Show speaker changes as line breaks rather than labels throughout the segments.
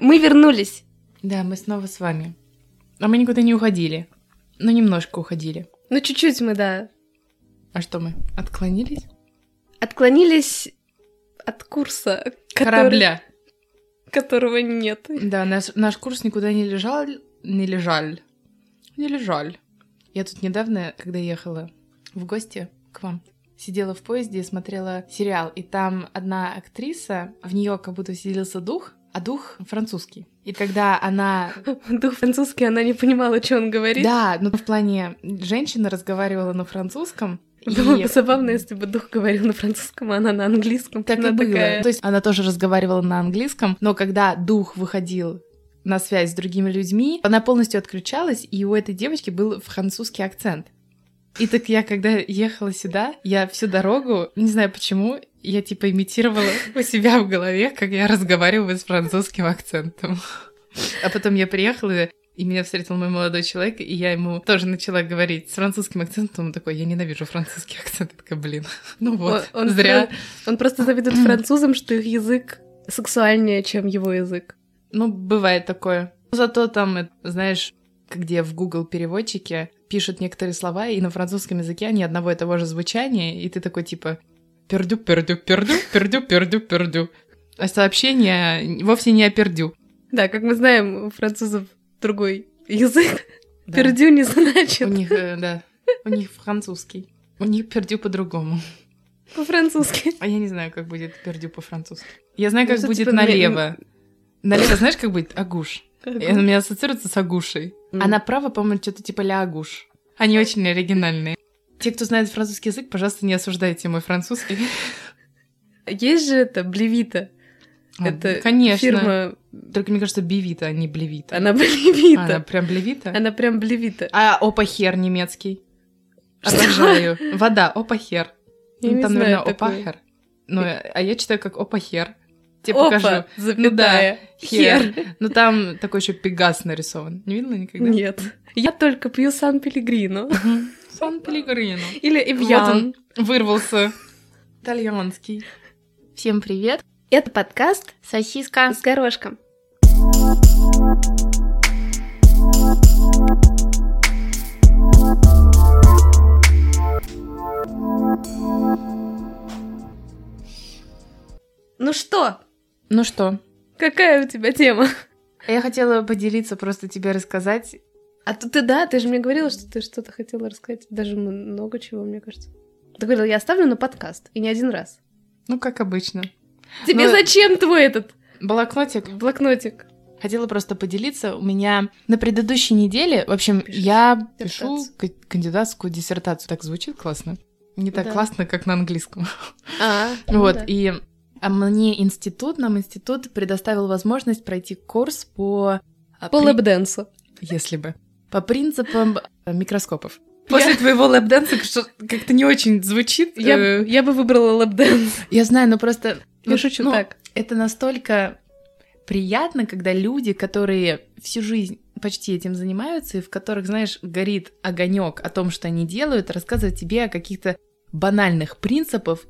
Мы вернулись.
Да, мы снова с вами. А мы никуда не уходили. Ну, немножко уходили.
Ну, чуть-чуть мы, да,
А что мы? Отклонились?
отклонились от курса, который-
Корабля.
которого нет.
Да, наш, наш курс никуда не лежал, не лежал, не лежал. Я тут недавно, когда ехала в гости к вам, сидела в поезде и смотрела сериал, и там одна актриса, в нее как будто вселился дух, а дух французский. И когда она...
Дух французский, она не понимала, что он говорит.
Да, ну в плане женщина разговаровала на французском, и-
Было бы забавно, если бы дух говорил на французском, а она на английском.
Так
она
и было.
такая,
То есть она тоже разговаривала на английском, но когда дух выходил на связь с другими людьми, она полностью отключалась, и у этой девочки был французский акцент. И так я, когда ехала сюда, я всю дорогу, не знаю почему, я типа имитировала у себя в голове, как я разговариваю с французским акцентом. А потом я приехала, и меня встретил мой молодой человек, и я ему тоже начала говорить с французским акцентом. Он такой, я ненавижу французский акцент. Я такая, блин, ну вот,
Он- он
зря.
Он просто завидует французам, что их язык сексуальнее, чем его язык.
Ну, бывает такое. Но Зато там, э, знаешь, где в Google переводчике пишут некоторые слова, и на французском языке они одного и того же звучания, и ты такой типа пердю, пердю, пердю, пердю, пердю, пердю. А сообщение вовсе не о пердю.
Да, как мы знаем, у французов другой язык.
Да.
Пердю не
У
значит
них, э, да, у них французский. У них пердю по-другому.
по-французски.
А я не знаю, как будет пердю по-французски. Я знаю,
Ну,
как
что,
будет
типа, ме-
налево. Налево, знаешь, как будет? Агуш. И она у меня ассоциируется с Агушей.
Мгм.
А направо, по-моему, что-то типа лягуш. Они очень оригинальные. Те, кто знает французский язык, пожалуйста, не осуждайте мой французский.
Есть же это, Блевита.
А,
Это
Конечно.
фирма,
Только мне кажется, бивита, а не блевита.
она
А,
Блевита.
Она прям блевита.
Она прям Блевита.
А опахер немецкий.
Что?
Обожаю. Вода, опахер.
Я
Ну,
не
Там,
знаю
наверное,
такое.
опахер. Ну, а я читаю как опахер. Тебе
Опа,
покажу.
запятая, хер.
Ну, там такой еще пегас нарисован. Не видно никогда?
Нет. Я только пью Сан Пелегрино.
Мгм. Сан Пелегрино.
Или
Вот
Эвьян.
он вырвался. Итальянский. Всем привет.
Это подкаст «Сосиска с горошком». Ну что,
Ну что,
какая у тебя тема?
я хотела поделиться, просто тебе рассказать.
А то ты, да, ты же мне говорила, что ты что-то хотела рассказать. Даже много чего, мне кажется. Ты говорила, я оставлю на подкаст, и не один раз.
Ну, как обычно.
Тебе
Ну,
зачем твой этот
Блокнотик.
блокнотик?
Хотела просто поделиться. У меня на предыдущей неделе, в общем, я
диссертацию.
пишу к- кандидатскую диссертацию. Так звучит классно. Не так
Да.
классно, как на английском.
А,
ну Вот, и а мне институт, нам институт предоставил возможность пройти курс по... а,
По
при-
лэп-дэнсу.
Если бы. По принципам э, микроскопов. После твоего лэп-данса что- как-то не очень звучит. Э,
Я, б- я бы выбрала лэп-дэнс.
я знаю, но просто...
Я
вот,
шучу
ну,
так.
Это настолько приятно, когда люди, которые всю жизнь почти этим занимаются, и в которых, знаешь, горит огонек о том, что они делают, рассказывают тебе о каких-то банальных принципах.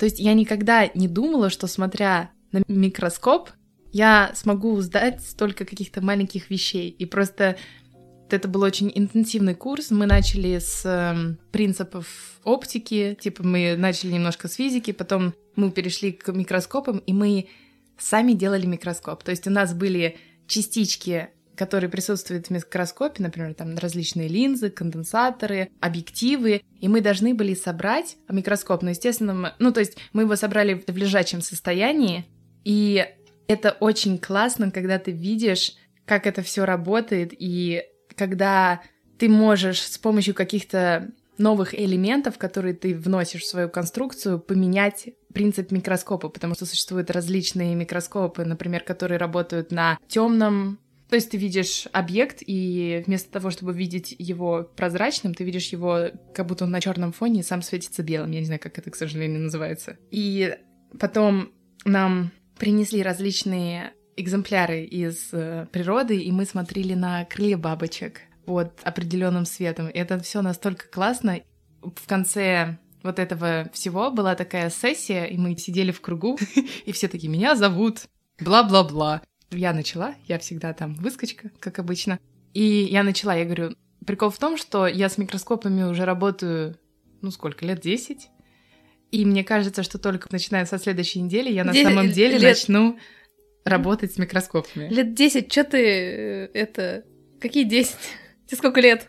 То есть я никогда не думала, что смотря на микроскоп, я смогу узнать столько каких-то маленьких вещей. И просто вот это был очень интенсивный курс. Мы начали с эм, принципов оптики, типа мы начали немножко с физики, потом мы перешли к микроскопам, и мы сами делали микроскоп. То есть у нас были частички, которые присутствуют в микроскопе, например, там различные линзы, конденсаторы, объективы, и мы должны были собрать микроскоп. Но, естественно, мы- ну, то есть мы его собрали в лежачем состоянии, и это очень классно, когда ты видишь, как это все работает, и когда ты можешь с помощью каких-то новых элементов, которые ты вносишь в свою конструкцию, поменять принцип микроскопа, потому что существуют различные микроскопы, например, которые работают на темном. То есть ты видишь объект, и вместо того, чтобы видеть его прозрачным, ты видишь его, как будто он на черном фоне и сам светится белым. Я не знаю, как это, к сожалению, называется. И потом нам принесли различные экземпляры из э, природы, и мы смотрели на крылья бабочек под определенным светом. И это все настолько классно. В конце вот этого всего была такая сессия, и мы сидели в кругу, и все такие, меня зовут бла-бла-бла. я начала, я всегда там выскочка, как обычно. И я начала, я говорю, прикол в том, что я с микроскопами уже работаю, ну сколько, лет 10? И мне кажется, что только начиная со следующей недели я на
Де-
самом деле
лет-
начну работать с микроскопами.
Лет 10, что ты э, это... Какие 10? Тебе сколько лет?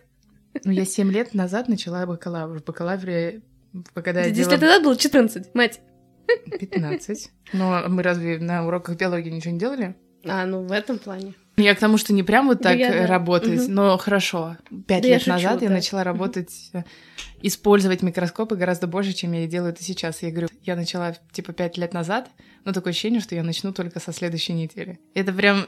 Ну, я 7 лет назад начала бакалавр. В бакалавре, когда я
10 лет
делала
назад было 14, мать.
15. Но мы разве на уроках биологии ничего не делали?
А, ну в этом плане.
Я к тому, что не прям вот
Да,
так
я
э,
знаю.
работать,
Мгм.
но хорошо. Пять
Да я
лет
шучу,
назад я
да.
начала работать, э, использовать микроскопы гораздо больше, чем я и делаю это сейчас. Я говорю, я начала типа пять лет назад, но такое ощущение, что я начну только со следующей недели. Это прям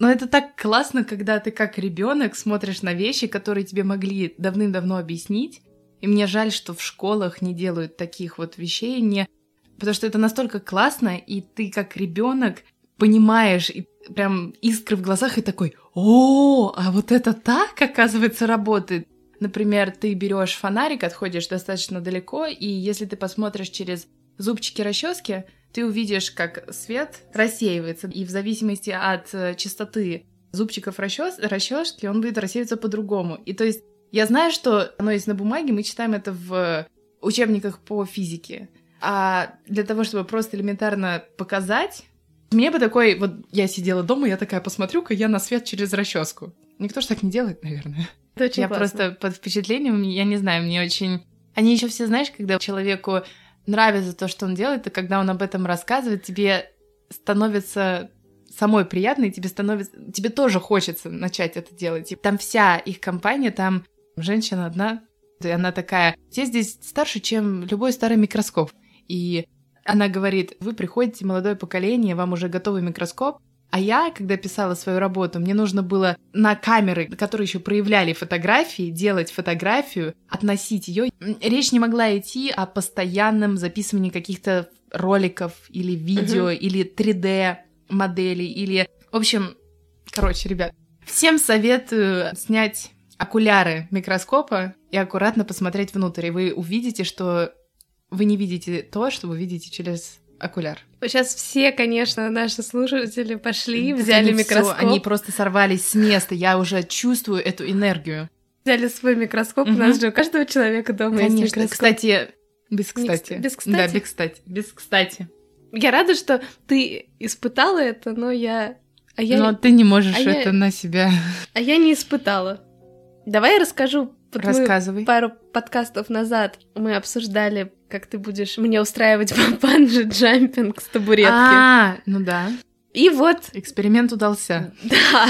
ну, это так классно, когда ты как ребенок смотришь на вещи, которые тебе могли давным-давно объяснить. И мне жаль, что в школах не делают таких вот вещей, не... потому что это настолько классно, и ты как ребенок понимаешь, и прям искры в глазах, и такой, о, а вот это так, оказывается, работает. Например, ты берешь фонарик, отходишь достаточно далеко, и если ты посмотришь через зубчики расчески, ты увидишь, как свет рассеивается, и в зависимости от э, частоты зубчиков расчес... расчески он будет рассеиваться по-другому. И то есть я знаю, что оно есть на бумаге, мы читаем это в учебниках по физике. А для того, чтобы просто элементарно показать, мне бы такой, вот я сидела дома, я такая, посмотрю-ка я на свет через расческу. Никто же так не делает, наверное.
Это очень
я
классно.
просто под впечатлением, я не знаю, мне очень... Они еще все, знаешь, когда человеку нравится то, что он делает, и когда он об этом рассказывает, тебе становится самой приятно, и тебе становится... Тебе тоже хочется начать это делать. И там вся их компания, там женщина одна, и она такая, все здесь старше, чем любой старый микроскоп. И она говорит, вы приходите, молодое поколение, вам уже готовый микроскоп, а я, когда писала свою работу, мне нужно было на камеры, которые еще проявляли фотографии, делать фотографию, относить ее. Речь не могла идти о постоянном записывании каких-то роликов или видео, или 3D моделей, или... В общем, короче, ребят, всем советую снять окуляры микроскопа и аккуратно посмотреть внутрь, и вы увидите, что вы не видите то, что вы видите через окуляр.
Сейчас все, конечно, наши слушатели пошли, взяли
Они всё,
микроскоп,
они просто сорвались с места. Я уже чувствую эту энергию.
взяли свой микроскоп. У нас
Мгм.
же у каждого человека дома есть
Конечно.
микроскоп.
Кстати, без кстати.
без кстати.
Да, без кстати. Без кстати.
Я рада, что ты испытала это, но я... А я,
Но ты не можешь
а я-
это на себя.
а я не испытала. Давай я расскажу. Вот мы
Рассказывай.
пару подкастов назад мы обсуждали, как ты будешь мне устраивать банджи-джампинг с табуретки.
А, ну да.
И вот,
Эксперимент удался.
да,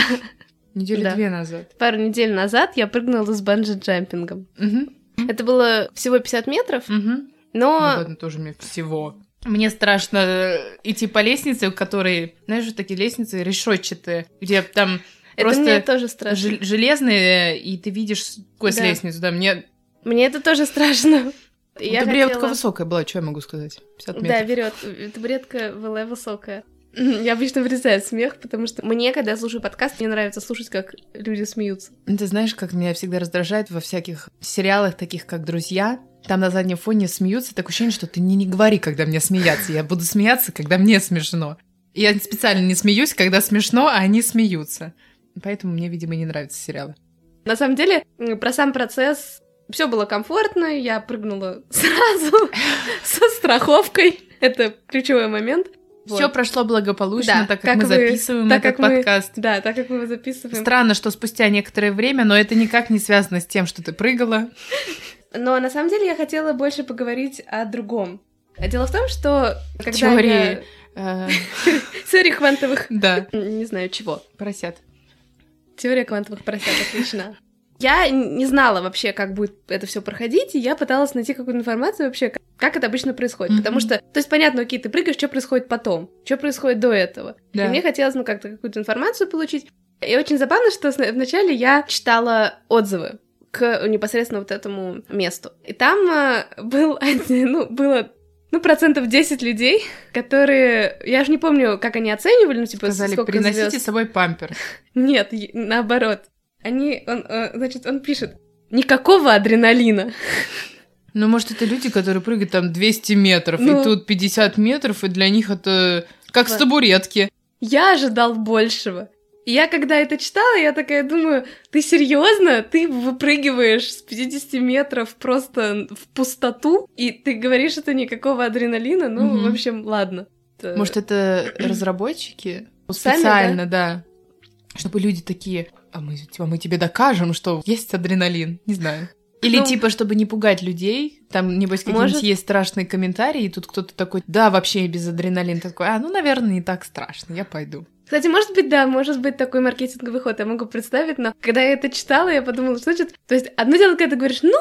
Недели
Да.
две назад.
пару недель назад я прыгнула с банджи-джампингом.
Мгм.
Это было всего 50 метров,
Мгм. Ну
но...
ладно, тоже мне всего. Мне страшно э, идти по лестнице, у которой, знаешь, вот такие лестницы решетчатые, где там
Это
просто
мне тоже страшно.
жел- железные, и ты видишь сквозь
Да.
лестницу. Да, мне
Мне это тоже страшно. Я
Ну, Табуретка
хотела-
высокая была, что я могу сказать? 50
Да,
метров.
берет. Табуретка была высокая. Я обычно вырезаю смех, потому что мне, когда я слушаю подкаст, мне нравится слушать, как люди смеются.
Ну, Ты знаешь, как меня всегда раздражает во всяких сериалах, таких как «Друзья», там на заднем фоне смеются, такое ощущение, что ты не, не говори, когда мне смеяться, я буду смеяться, когда мне смешно. Я специально не смеюсь, когда смешно, а они смеются. Поэтому мне, видимо, не нравятся сериалы.
На самом деле, м, про сам процесс все было комфортно, я прыгнула сразу со страховкой. Это ключевой момент. Вот.
Все прошло благополучно,
Да,
так как,
как
мы
вы-
записываем
так
этот
как мы-
подкаст.
Да, так как мы его записываем.
Странно, что спустя некоторое время, но это никак не связано с тем, что ты прыгала.
Но на самом деле я хотела больше поговорить о другом. Дело в том, что когда
Теории.
я-
Э,
Теории квантовых...
Да,
М, Не знаю чего.
поросят.
Теория квантовых поросят, отлично. Я н- не знала вообще, как будет это все проходить, и я пыталась найти какую-то информацию вообще, как- как это обычно происходит.
Мгм.
Потому что, то есть, понятно, окей, ты прыгаешь, что происходит потом, что происходит до этого.
Да.
И мне хотелось, ну, как-то какую-то информацию получить. И очень забавно, что сна- вначале я читала отзывы к непосредственно вот этому месту. И там а, был один, ну, было, ну, процентов 10 людей, которые, я же не помню, как они оценивали, ну, типа,
Сказали,
сколько
приносите
звёзд».
с собой пампер.
Нет, е- наоборот. Они, он, э, значит, он пишет, никакого адреналина.
Ну, может, это люди, которые прыгают там 200 метров,
Ну.
и тут 50 метров, и для них это как с
Вот.
табуретки.
Я ожидал большего. И я когда это читала, я такая думаю, ты серьезно? Ты выпрыгиваешь с 50 метров просто в пустоту, и ты говоришь, это никакого адреналина? Ну,
Мгм.
в общем, ладно. Э, Это-
Может, это разработчики
Сами,
специально, Ну, да. Чтобы люди такие, а мы, типа, мы тебе докажем, что есть адреналин, не знаю. Или
Ну.
типа, чтобы не пугать людей, там, небось, какие-нибудь
Может.
есть страшные комментарии, и тут кто-то такой, да, вообще без адреналина, Ты такой, а, ну, наверное, не так страшно, я пойду.
Кстати, может быть, да, может быть такой маркетинговый ход, я могу представить, но когда я это читала, я подумала, что значит... То есть одно дело, когда ты говоришь, ну,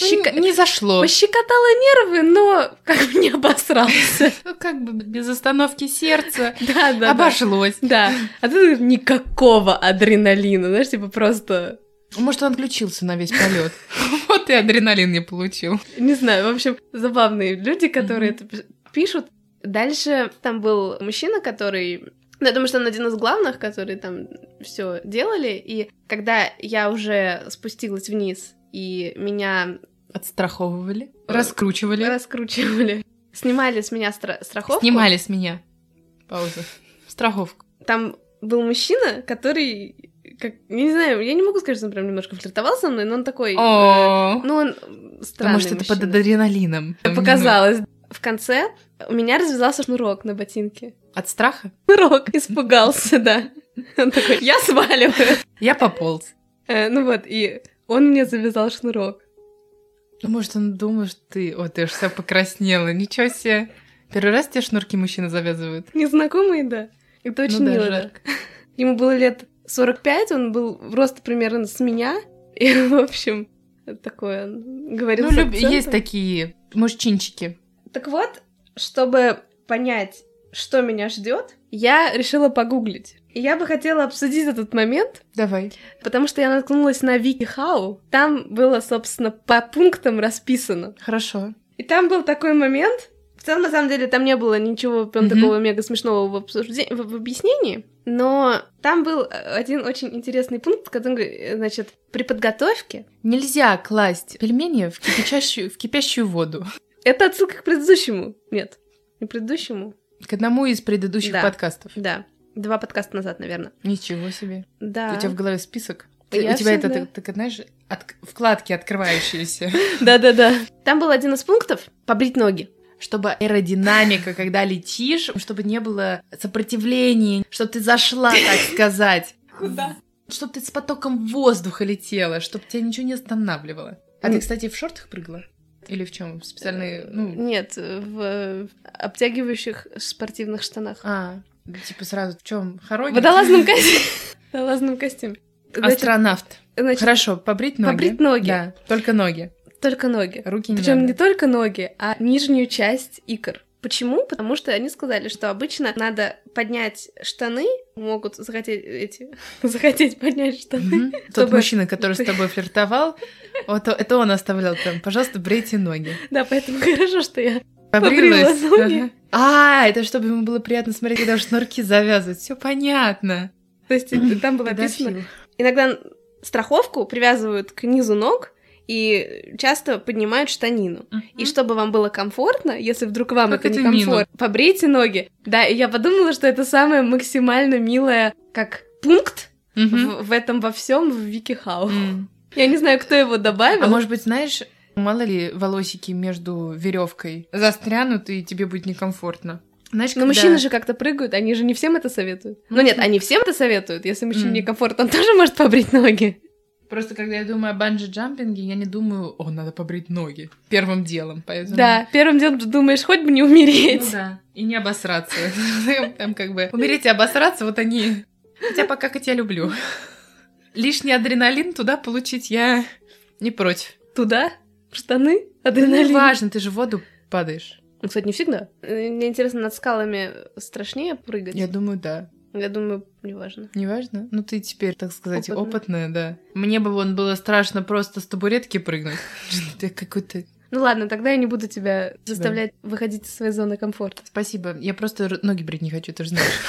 Ну,
щека-
Не зашло.
пощекотала нервы, но как бы не обосрался.
Ну, как бы без остановки сердца
Да, да, да.
обошлось.
Да, а ты никакого адреналина, знаешь, типа просто
Может, он отключился на весь полет. Вот и адреналин не получил.
Не знаю, в общем, забавные люди, которые
Мгм.
это пи- пишут. Дальше там был мужчина, который... Ну, я думаю, что он один из главных, которые там все делали. И когда я уже спустилась вниз, и меня
Отстраховывали,
Э,
раскручивали,
раскручивали, снимали с меня стра- страховку.
снимали с меня. Пауза. Страховку.
Там был мужчина, который, как, я не знаю, я не могу сказать, что он прям немножко флиртовал со мной, но он такой... э,
О,
Ну, он странный
потому что это под
мужчина.
адреналином.
Показалось. В конце у меня развязался шнурок на ботинке.
Ну, От страха
Рок испугался, да. Он такой, я сваливаю.
я пополз.
Э, Ну вот, и он мне завязал шнурок.
Ну, Может, он думал, что ты... О, ты уж вся покраснела. Ничего себе. Первый раз тебе шнурки мужчины завязывают.
Незнакомый, да. Это очень
Ну да,
мило. да.
жарко.
Ему было лет 45, он был в рост примерно с меня. И, в общем, такое он говорил
Ну,
с
люб-
акцентом.
есть такие мужчинчики.
Так вот, чтобы понять, что меня ждет, я решила погуглить. И я бы хотела обсудить этот момент,
Давай.
Потому что я наткнулась на Вики Хау. Там было, собственно, по пунктам расписано.
Хорошо.
И там был такой момент. В целом, на самом деле, там не было ничего прям
Мгм.
такого мега смешного в, обсужде- в- в объяснении. Но там был э, один очень интересный пункт, который, говорит, э, значит, при подготовке.
Нельзя класть пельмени в кипящую, в кипящую воду.
Это отсылка к предыдущему. Нет, не предыдущему.
К одному из предыдущих
Да.
подкастов.
Да, два подкаста назад, наверное.
Ничего себе.
Да.
У тебя в голове список. Ты-
Я
у тебя это,
всегда-
так, так, знаешь, от- вкладки открывающиеся.
Да-да-да. Там был один из пунктов — побрить ноги.
Чтобы аэродинамика, когда летишь, чтобы не было сопротивления, чтобы ты зашла, так сказать.
Куда?
Чтобы ты с потоком воздуха летела, чтобы тебя ничего не останавливало. А ты, кстати, в шортах прыгала? Или в чем?
Э,
Специальные, ну...
Нет, в э, обтягивающих спортивных штанах.
А, типа сразу в чем? Хороги?
В водолазном костюме. В водолазном костюме.
А
Значит,
Астронавт.
значит,
Хорошо, побрить ноги.
побрить ноги.
Да, только ноги.
только ноги.
Руки не
Причем не
надо.
только ноги, а нижнюю часть икр. Почему? Потому что они сказали, что обычно надо поднять штаны, могут захотеть эти, захотеть поднять штаны.
Мгм. Тот
чтобы-
мужчина, который с тобой флиртовал, вот то- это он оставлял там. Пожалуйста, брейте ноги.
Да, поэтому хорошо, что я.
Побрилась.
Побрила ноги.
Ага. А, это чтобы ему было приятно смотреть, когда шнурки завязывают. Все понятно.
То есть там было написано,
Педофил.
Иногда страховку привязывают к низу ног и часто поднимают штанину. И чтобы вам было комфортно, если вдруг вам
Как
это
это мило.
некомфортно, побрейте ноги. Да, и я подумала, что это самое максимально милое, как пункт
Мгм.
в, в этом во всем в Вики Хау.
М.
Я не знаю, кто его добавил.
А может быть, знаешь, мало ли волосики между веревкой застрянут, и тебе будет некомфортно. Знаешь,
Но
когда-
мужчины Ну, же как-то прыгают, они же не всем это советуют. Ну нет, они всем это советуют. Если мужчине
Мгм.
некомфортно, он тоже может побрить ноги.
Просто когда я думаю о банджи-джампинге, я не думаю, о, надо побрить ноги первым делом. Поэтому...
Да, первым делом ты думаешь, хоть бы не
Ну
умереть.
да, и не обосраться. Там как бы умереть и обосраться, вот они. Хотя пока как я тебя люблю. Лишний адреналин туда получить я не против.
Туда, в штаны,
Ну, не
адреналин.
важно, ты же в воду падаешь.
Ну, Кстати, не всегда. Э, Мне интересно, над скалами страшнее прыгать? Ну,
Я думаю, да.
Я думаю, неважно.
Не важно. Ну, ты теперь, так сказать,
Опытная.
опытная, да. Мне бы вон было страшно просто с табуретки прыгнуть. Ты какой-то...
Ну ладно, тогда я не буду тебя заставлять выходить из своей зоны комфорта.
Спасибо. Я просто р- ноги брить не хочу, ты же знаешь.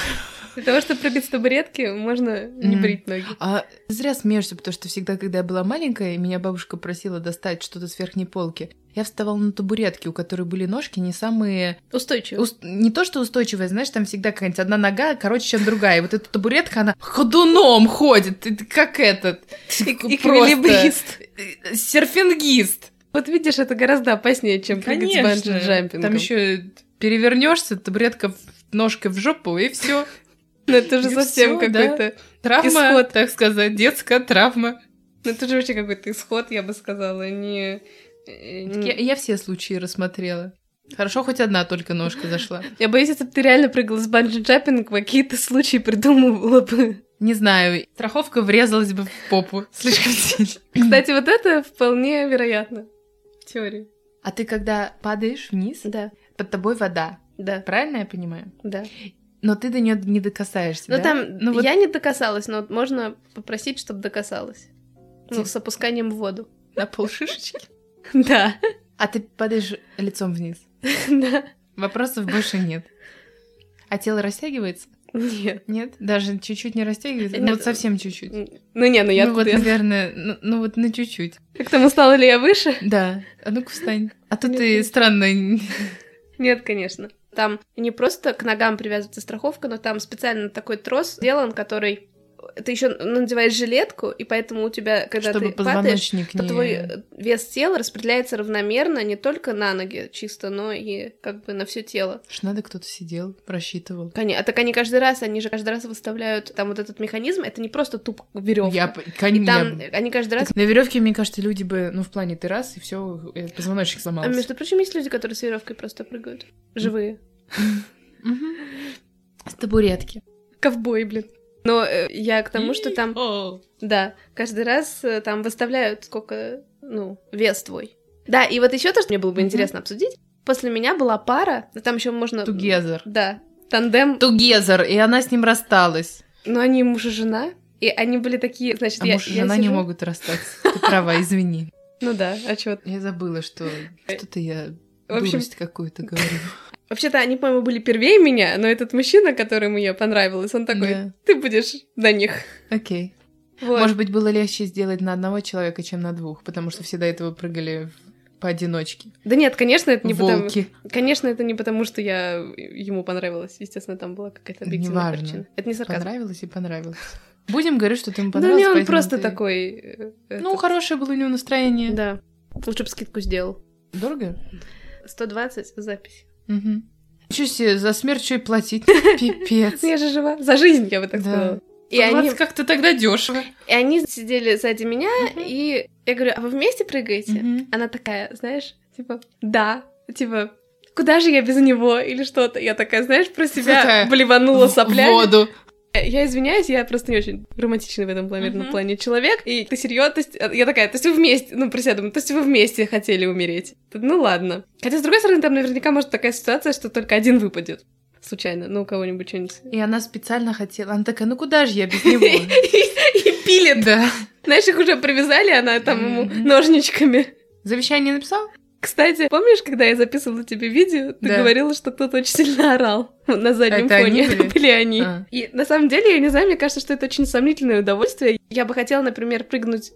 Для того, чтобы прыгать с табуретки, можно не
Мгм.
брить ноги.
А зря смеешься, потому что всегда, когда я была маленькая, и меня бабушка просила достать что-то с верхней полки, я вставала на табуретки, у которой были ножки не самые...
Устойчиво.
ус- Не то, что устойчивые, знаешь, там всегда какая-нибудь одна нога короче, чем другая. И вот эта табуретка, она ходуном ходит, ты- ты как этот... просто
Эквилибрист.
э, серфингист.
Вот видишь, это гораздо опаснее, чем прыгать с
Конечно.
банджи-джампингом.
Там еще перевернешься, табуретка в- ножкой в жопу, и все.
Ну, это же
И
совсем
всё, да.
какой-то...
Травма,
Исход.
так сказать, детская травма.
Ну, это же вообще какой-то исход, я бы сказала, а не... э,
Так Я,
не-
я все случаи рассмотрела. Хорошо, хоть одна только ножка зашла.
Я боюсь, если бы ты реально прыгала с банджи-джампингом, какие-то случаи придумывала бы.
Не знаю, страховка врезалась бы в попу слишком сильно.
Кстати, вот это вполне вероятно. В теории.
А ты когда падаешь вниз,
Да.
под тобой вода.
Да,
Правильно я понимаю?
да.
Но ты до нее не докасаешься,
Ну
да?
там,
Ну вот-
я не докасалась, но вот можно попросить, чтобы докасалась.
Типа.
Ну, с опусканием в воду.
На полшишечки.
Да,
А ты падаешь лицом вниз.
да.
Вопросов больше нет. А тело растягивается?
Нет.
Нет? Даже чуть-чуть не растягивается? Ну
Нет.
вот совсем чуть-чуть.
Ну не, ну я
ну вот,
откуда я
наверное, ну, ну вот на чуть-чуть.
К тому, стала ли я выше?
Да. А ну-ка встань. А то
Нет,
ты
нет.
странно
Нет, конечно. Там не просто к ногам привязывается страховка, но там специально такой трос сделан, который... Ты еще надеваешь жилетку, и поэтому у тебя, когда ты
чтобы
падаешь,
позвоночник
то
не...
твой э, вес тела распределяется равномерно не только на ноги чисто, но и как бы на все тело.
Ж надо кто-то сидел, рассчитывал.
Кони- А так они каждый раз, они же каждый раз выставляют там вот этот механизм, это не просто тупо веревка.
Я, п- кон-
И там
я-
они каждый раз...
Так на веревке, мне кажется, люди бы, ну, в плане ты раз, и все, позвоночник
А
сломался.
между прочим, есть люди, которые с веревкой просто прыгают. Живые.
Мгм. С табуретки.
Ковбой, блин. Но э, я к тому, что там,
О.
да, каждый раз э, там выставляют сколько, ну, вес твой. Да, и вот еще то, что мне было бы
Мгм.
интересно обсудить. После меня была пара, ну, там еще можно...
Together.
Да, тандем,
Together, и она с ним рассталась.
но они муж и жена, и они были такие, значит,
А
я...
муж и
я
жена не
сижу-
могут расстаться. Ты права, извини.
Ну да, а чё
Я забыла, что что-то я
Э, В общем-
дурость какую-то говорю.
Вообще-то они, по-моему, были первее меня, но этот мужчина, которому я понравилась, он такой,
Да.
ты будешь на них.
Окей.
Вот.
Может быть, было легче сделать на одного человека, чем на двух, потому что все до этого прыгали в- поодиночке.
Да нет, конечно, это не
Волки.
потому... Конечно, это не потому, что я ему понравилась. Естественно, там была какая-то объективная
Неважно.
причина. Это не сарказм.
Понравилось и понравилось. Будем говорить, что ты ему
Да не,
понравилось.
он
поэтому
просто
ты-
такой... э,
Ну,
этот,
хорошее было у него настроение.
Да. Лучше бы скидку сделал.
Дорого?
120 запись.
Угу. Чё себе, за смерть что и платить? Пипец.
Ну, я же жива. За жизнь, я бы так
Да.
сказала. И
И
они,
как-то тогда дешево.
и они сидели сзади меня, и я говорю, а вы вместе прыгаете? Она такая, знаешь, типа, да, типа, куда же я без него или что-то. Я такая, знаешь, про себя
Такая,
блеванула соплями.
воду.
Я извиняюсь, я просто не очень романтичный в этом плане,
Мгм.
плане человек. И ты серьезно, то есть, э, я такая, то есть вы вместе, ну, про себя думаю, то есть вы вместе хотели умереть. Ну, ладно. Хотя, с другой стороны, там наверняка может такая ситуация, что только один выпадет случайно, ну, у кого-нибудь что-нибудь.
И она специально хотела. Она такая, ну куда же я без него?
И пилит.
Да.
Знаешь, их уже привязали, она там ему
Мгм.
ножничками.
Завещание написал?
Кстати, помнишь, когда я записывала тебе видео, ты
Да.
говорила, что кто-то очень сильно орал на заднем
Это они
фоне.
были?
Это были они.
А.
И на самом деле, я не знаю, мне кажется, что это очень сомнительное удовольствие. Я бы хотела, например, прыгнуть...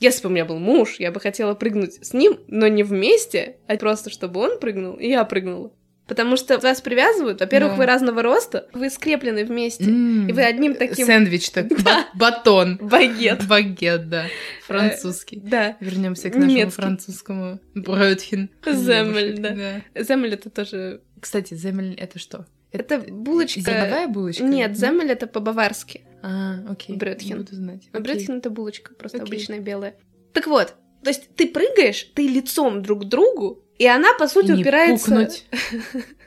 Если бы у меня был муж, я бы хотела прыгнуть с ним, но не вместе, а просто чтобы он прыгнул, и я прыгнула. Потому что вас привязывают, во-первых,
Да.
вы разного роста, вы скреплены вместе,
М.
и вы одним таким
Сэндвич так. ба- Батон.
багет. Э,
Багет, да. Французский.
Да,
Вернемся к нашему
Э, немецкий.
французскому. Бродхин.
Земель, да.
да.
земель это тоже...
Кстати, земель это что?
Это булочка...
Зерновая булочка?
Нет, земель это по-баварски.
А, окей.
Брёдхен.
Не буду знать.
А
Окей.
Брюдхен это булочка, просто
Окей.
обычная белая. Так вот, то есть ты прыгаешь, ты лицом друг к другу, и она, по сути,
И не
упирается...
пукнуть,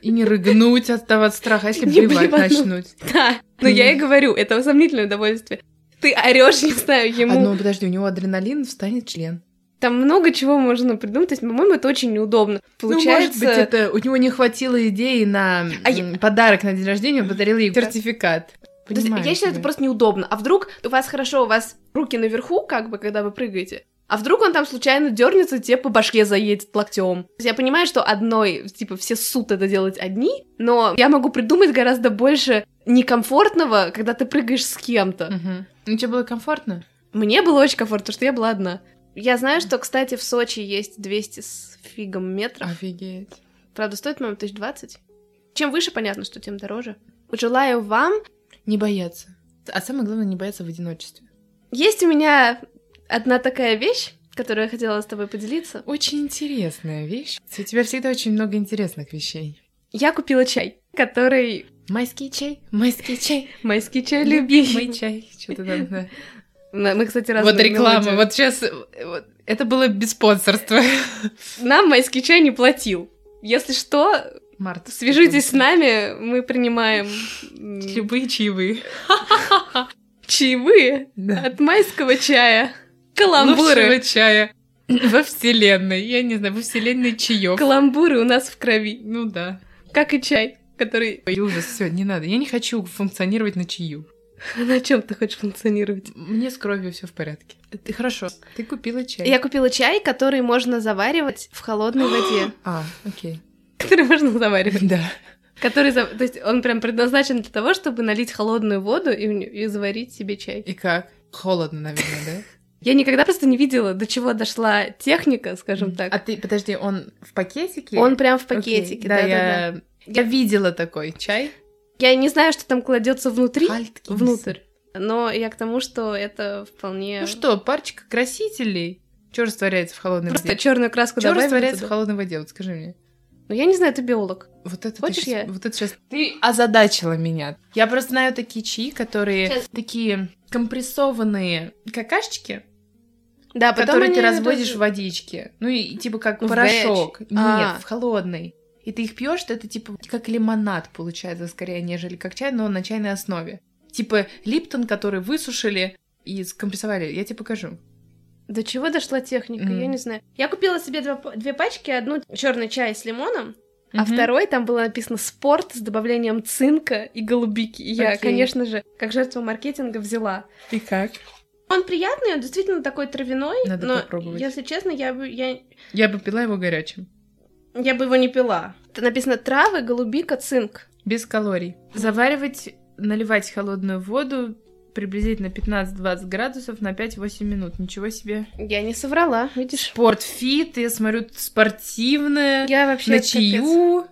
и не рыгнуть от того от страха, а если
Не
блевать
блевануть.
начнуть.
Да, но я и говорю, это сомнительное удовольствие. Ты орешь, не знаю,
А,
ему.
ну, подожди, у него адреналин встанет член.
Там много чего можно придумать. То есть, по-моему, это очень неудобно. Получается...
Ну, может быть, это у него не хватило идеи на
А
м, подарок на день рождения, он подарил ей
Да.
сертификат.
То есть,
Понимаю
я считаю,
тебя.
это просто неудобно. А вдруг у вас хорошо, у вас руки наверху, как бы, когда вы прыгаете, А вдруг он там случайно дернется, тебе по башке заедет локтем. То есть Я понимаю, что одной, типа, все суд это делать одни, но я могу придумать гораздо больше некомфортного, когда ты прыгаешь с кем-то.
Мгм. Ну, тебе было комфортно?
Мне было очень комфортно, потому что я была одна. Я знаю, что, кстати, в Сочи есть 200 с фигом метров.
А. Офигеть.
Правда, стоит, по-моему, 1020. Чем выше, понятно, что тем дороже. Желаю вам.
Не бояться. А самое главное, не бояться в одиночестве.
Есть у меня одна такая вещь, которую я хотела с тобой поделиться.
Очень интересная вещь. У тебя всегда очень много интересных вещей.
Я купила чай, который...
Майский чай, майский чай,
Майский чай
мой чай. Что-то там, да.
Мы, мы, кстати, разные
Вот реклама,
мелодии.
вот сейчас... это было без спонсорства.
Нам майский чай не платил. Если что,
Марта,
свяжитесь с нами, мы принимаем м,
Любые чаевые.
чаевые
Да.
от майского чая.
Лучшего Ну,
Каламбуры.
чая во вселенной. Я не знаю, во вселенной чаев.
Каламбуры у нас в крови.
Ну да.
Как и чай, который...
Ой, ужас, все, не надо. Я не хочу функционировать на чаю.
На чем ты хочешь функционировать?
Мне с кровью все в порядке. Ты хорошо. Ты купила чай.
Я купила чай, который можно заваривать в холодной воде.
А, окей.
Который можно заваривать.
Да.
Который, за- то есть, он прям предназначен для того, чтобы налить холодную воду и, в нё- и заварить себе чай.
И как? Холодно, наверное,
Я никогда просто не видела, до чего дошла техника,
да?
скажем так.
А ты, подожди, он в пакетике?
Он прям в
Окей,
пакетике,
да,
да, да, да.
я... Я видела такой чай.
Я не знаю, что там кладется внутри,
Альткинс.
внутрь. Но я к тому, что это вполне...
Ну что, парочка красителей. Что растворяется в холодной
Просто
воде?
черную краску
Что
добавим
растворяется в
туда.
холодной воде? Вот скажи мне.
Ну, я не знаю, ты биолог.
Вот это ты
Хочешь,
щас-
я-
Вот это сейчас... Ты озадачила меня. Я просто знаю такие чаи, которые
Щас.
такие компрессованные какашечки,
Да, А потом
которые ты
они
разводишь в
раз-
водичке. Ну и типа как
В
порошок.
горячий.
Нет,
А.
в холодный. И ты их пьешь, то это типа как лимонад получается скорее, нежели как чай, но на чайной основе. Типа липтон, который высушили и скомпрессовали. Я тебе покажу.
До чего дошла техника,
Мгм.
я не знаю. Я купила себе два п- две пачки, одну черный чай с лимоном, а
Мгм.
второй там было написано «спорт» с добавлением цинка и голубики. И я,
Окей.
конечно же, как жертва маркетинга взяла.
И как?
Он приятный, он действительно такой травяной,
Надо
но,
попробовать.
если честно, я бы, я,
Я бы пила его горячим.
я бы его не пила. Это написано «травы, голубика, цинк».
Без калорий. Заваривать, наливать холодную воду приблизительно 15-20 градусов на 5-8 минут. Ничего себе.
Я не соврала, видишь?
Спортфит, я смотрю, тут спортивное.
Я вообще...
на
капец.
чаю.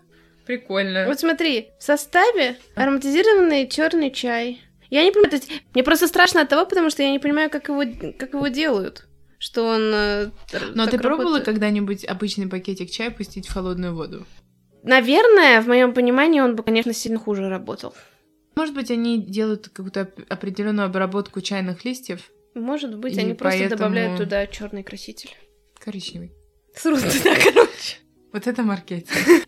Прикольно.
Вот смотри, в составе ароматизированный черный чай. Я не понимаю, то есть мне просто страшно от того, потому что я не понимаю, как его, как его делают. Что он... э, р-
Но
так
Ну, а ты пробовала
работает.
когда-нибудь обычный пакетик чая пустить в холодную воду?
Наверное, в моем понимании он бы, конечно, сильно хуже работал.
Может быть, они делают какую-то оп- определенную обработку чайных листьев
Может быть,
И
они просто
поэтому-
добавляют туда черный краситель.
коричневый.
Срут туда, короче.
Вот это маркетинг.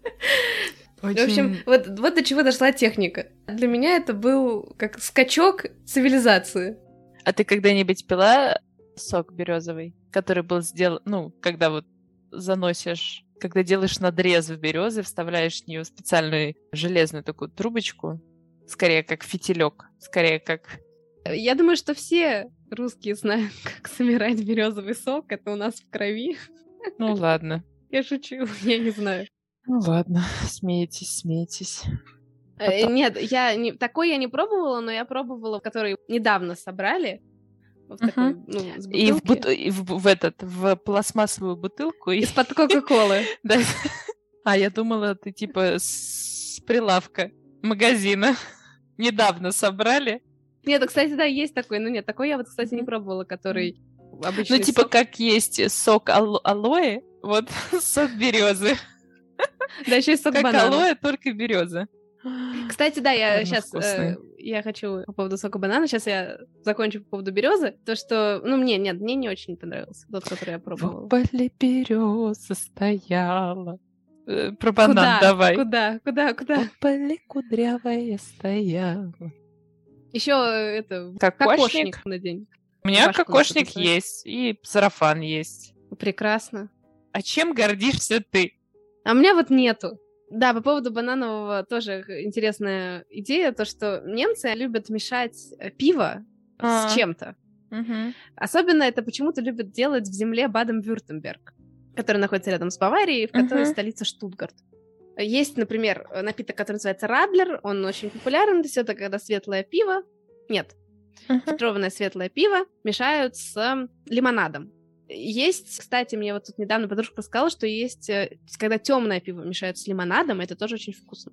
В общем,
Очень...
вот, вот до чего дошла техника. Для меня это был как скачок цивилизации.
А ты когда-нибудь пила сок березовый, который был сделан, ну, когда вот заносишь, когда делаешь надрез в березы, вставляешь в нее специальную железную такую трубочку, скорее как фитилек, скорее как
Я думаю, что все русские знают, как собирать березовый сок. Это у нас в крови.
ну ладно.
Я шучу, я не знаю.
Ну ладно, смейтесь, смейтесь.
Э, Нет, я не... такой я не пробовала, но я пробовала, который недавно собрали. Вот
Мгм.
такой, ну, с
И в,
бутылки.
бут- и в, бу- в этот, в пластмассовую бутылку. И...
Из-под Кока-Колы.
Да. А я думала, ты типа с прилавка магазина. Недавно собрали.
Нет, ну, кстати, да, есть такой. Ну нет, такой я вот, кстати, не пробовала, который обычный
Ну, типа,
сок.
как есть сок ало- алоэ, вот сок березы.
Да, еще и сок
Как
банана.
алоэ, только береза.
Кстати, да, я
Наверное,
сейчас...
вкусный.
я хочу по поводу сока банана. Сейчас я закончу по поводу березы. То, что... Ну, мне, нет, мне не очень понравился тот, который я пробовала.
поле береза стояла. Э, Про банан
Куда?
давай.
Куда? Куда? Куда?
В поле кудрявая стояла.
Еще это...
Кокошник.
на день.
У меня
Рубашку
кокошник
надо
есть, и сарафан есть.
Прекрасно.
А чем гордишься ты?
А у меня вот нету. Да, по поводу бананового тоже х- интересная идея, то, что немцы любят мешать э, пиво
А.
с чем-то.
Мгм.
Особенно это почему-то любят делать в земле Баден-Вюртемберг, который находится рядом с Баварией, в которой
Мгм.
столица Штутгарт. Есть, например, э, напиток, который называется Радлер. Он очень популярен. То есть это когда светлое пиво... Нет,
Мгм.
фильтрованное светлое пиво мешают с э, лимонадом. Есть, кстати, мне вот тут недавно подружка сказала, что есть, э, когда темное пиво мешают с лимонадом, это тоже очень вкусно.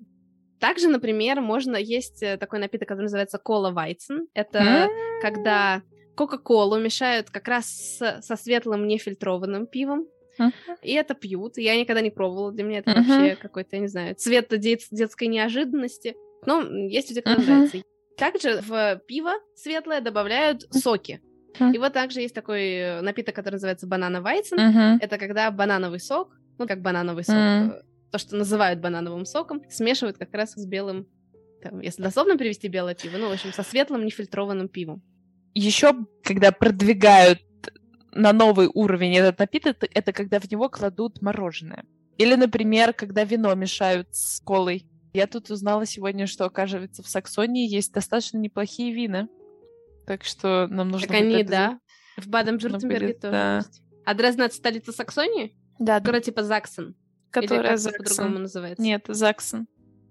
Также, например, можно есть э, такой напиток, который называется кола вайцен. Это когда Кока-колу мешают как раз с- со светлым нефильтрованным пивом.
Мгм.
И это пьют. Я никогда не пробовала. Для меня это
Мгм.
вообще какой-то, я не знаю, цвет дет- детской неожиданности. Но м, есть люди, которые
Мгм.
нравится. Также в пиво светлое добавляют соки.
Мгм.
И вот также есть такой э, напиток, который называется банана вайцен.
Мгм.
Это когда банановый сок, ну как банановый сок,
Мгм.
э, то, что называют банановым соком, смешивают как раз с белым, там, если дословно перевести белое пиво, ну, в общем, со светлым нефильтрованным пивом.
Еще, когда продвигают на новый уровень этот напиток, т- это когда в него кладут мороженое. Или, например, когда вино мешают с колой. Я тут узнала сегодня, что, оказывается, в Саксонии есть достаточно неплохие вина. Так что нам нужно...
Так
вот
они,
это за-
да. В Баден-Вюртемберге
будет,
тоже
да.
есть. А Дрезден — это столица Саксонии?
Да,
Которая типа Заксон. Или
которая
как-то по-другому
Заксон.
называется.
Нет, Заксон.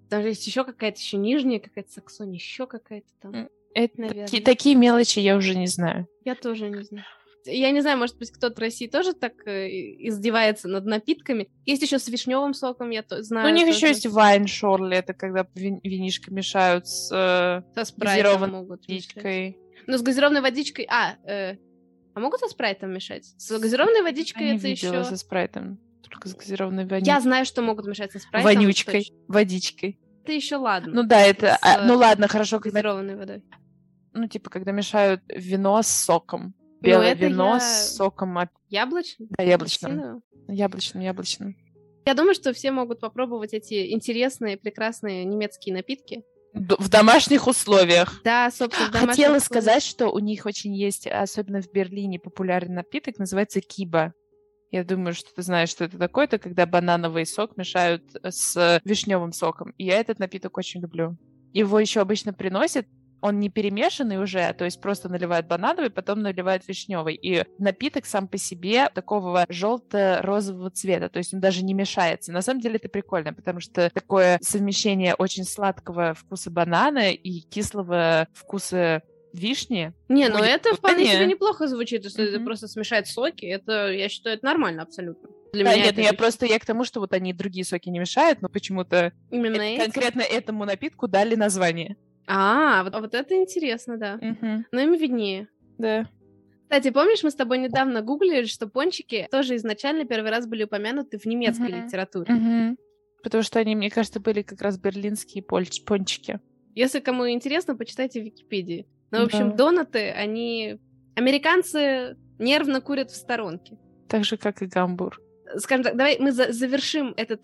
Там же есть еще какая-то, еще нижняя какая-то Саксония, еще какая-то там.
М. Это
Наверное.
таки- такие мелочи я уже не знаю.
Я тоже не знаю. Я не знаю, может быть, кто-то в России тоже так э, издевается над напитками. Есть еще с вишневым соком, я то знаю.
Ну, у них еще
А, тоже.
есть вайн шорли, это когда вин- винишко мешают с э,
Со спрайтом
газированная
могут мешать.
водичкой.
Ну, с газированной водичкой... А, э, а могут со спрайтом мешать? С газированной водичкой
Я не
это
видела
еще...
со спрайтом, только с газированной вани-
Я знаю, что могут мешать со спрайтом.
вонючкой,
точно.
водичкой.
Это еще ладно.
Ну да, это...
С,
а,
э,
ну ладно, хорошо, когда...
газированной водой.
Ну, типа, когда мешают вино с соком. Белое
Ну, это
вино
я-
с соком, а-
Яблочный?
да, яблочным.
Апельсиновый?
Яблочным, яблочным.
Я думаю, что все могут попробовать эти интересные, прекрасные немецкие напитки.
Д- в домашних условиях.
Да, собственно, в домашних
Хотела
условиях.
сказать, что у них очень есть, особенно в Берлине, популярный напиток, называется киба. Я думаю, что ты знаешь, что это такое. Это когда банановый сок мешают э, с вишневым соком. И я этот напиток очень люблю. Его еще обычно приносят, он не перемешанный уже, а то есть просто наливают банановый, потом наливают вишневый. И напиток сам по себе такого желто-розового цвета, то есть он даже не мешается. На самом деле это прикольно, потому что такое совмещение очень сладкого вкуса банана и кислого вкуса вишни.
Не, ну
Будет
это вполне
желание.
себе неплохо звучит, если это
Мгм.
просто смешать соки. Это, я считаю, это нормально абсолютно. Для
Да,
меня
нет,
это
ну я
не-
просто я к тому, что вот они другие соки не мешают, но почему-то
именно
э-
эти.
конкретно этому напитку дали название.
А, вот, а вот это интересно, да. Но им виднее.
Да.
Кстати, помнишь, мы с тобой недавно гуглили, что пончики тоже изначально первый раз были упомянуты в немецкой
Мгм.
литературе.
Потому что они, мне кажется, были как раз берлинские польч- пончики.
Если кому интересно, почитайте в Википедии. Ну, в общем,
Да.
донаты, они... Американцы нервно курят в сторонке.
Так же, как и гамбур.
Скажем так, давай мы за- завершим этот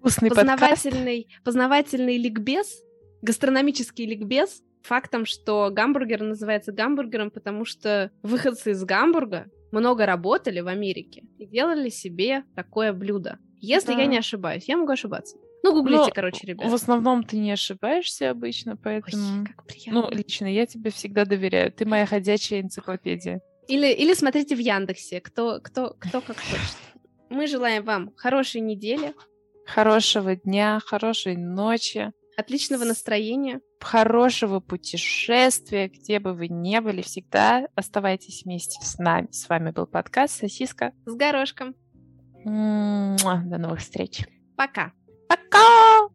Вкусный подкаст.
познавательный, познавательный ликбез, гастрономический ликбез фактом, что гамбургер называется гамбургером, потому что выходцы из Гамбурга много работали в Америке и делали себе такое блюдо. Если я
Да.
не ошибаюсь, я могу ошибаться. Ну, гуглите,
Но
короче, ребят.
В основном ты не ошибаешься обычно,
Ой,
поэтому...
как приятно.
Ну, лично я тебе всегда доверяю. Ты моя ходячая энциклопедия.
Или, или смотрите в Яндексе, кто, кто, кто как хочет. Мы желаем вам хорошей недели,
Хорошего дня, хорошей ночи.
отличного настроения.
хорошего путешествия, где бы вы ни были, всегда оставайтесь вместе с нами. С вами был подкаст Сосиска.
С горошком.
М, муа. До новых встреч.
Пока.
Пока!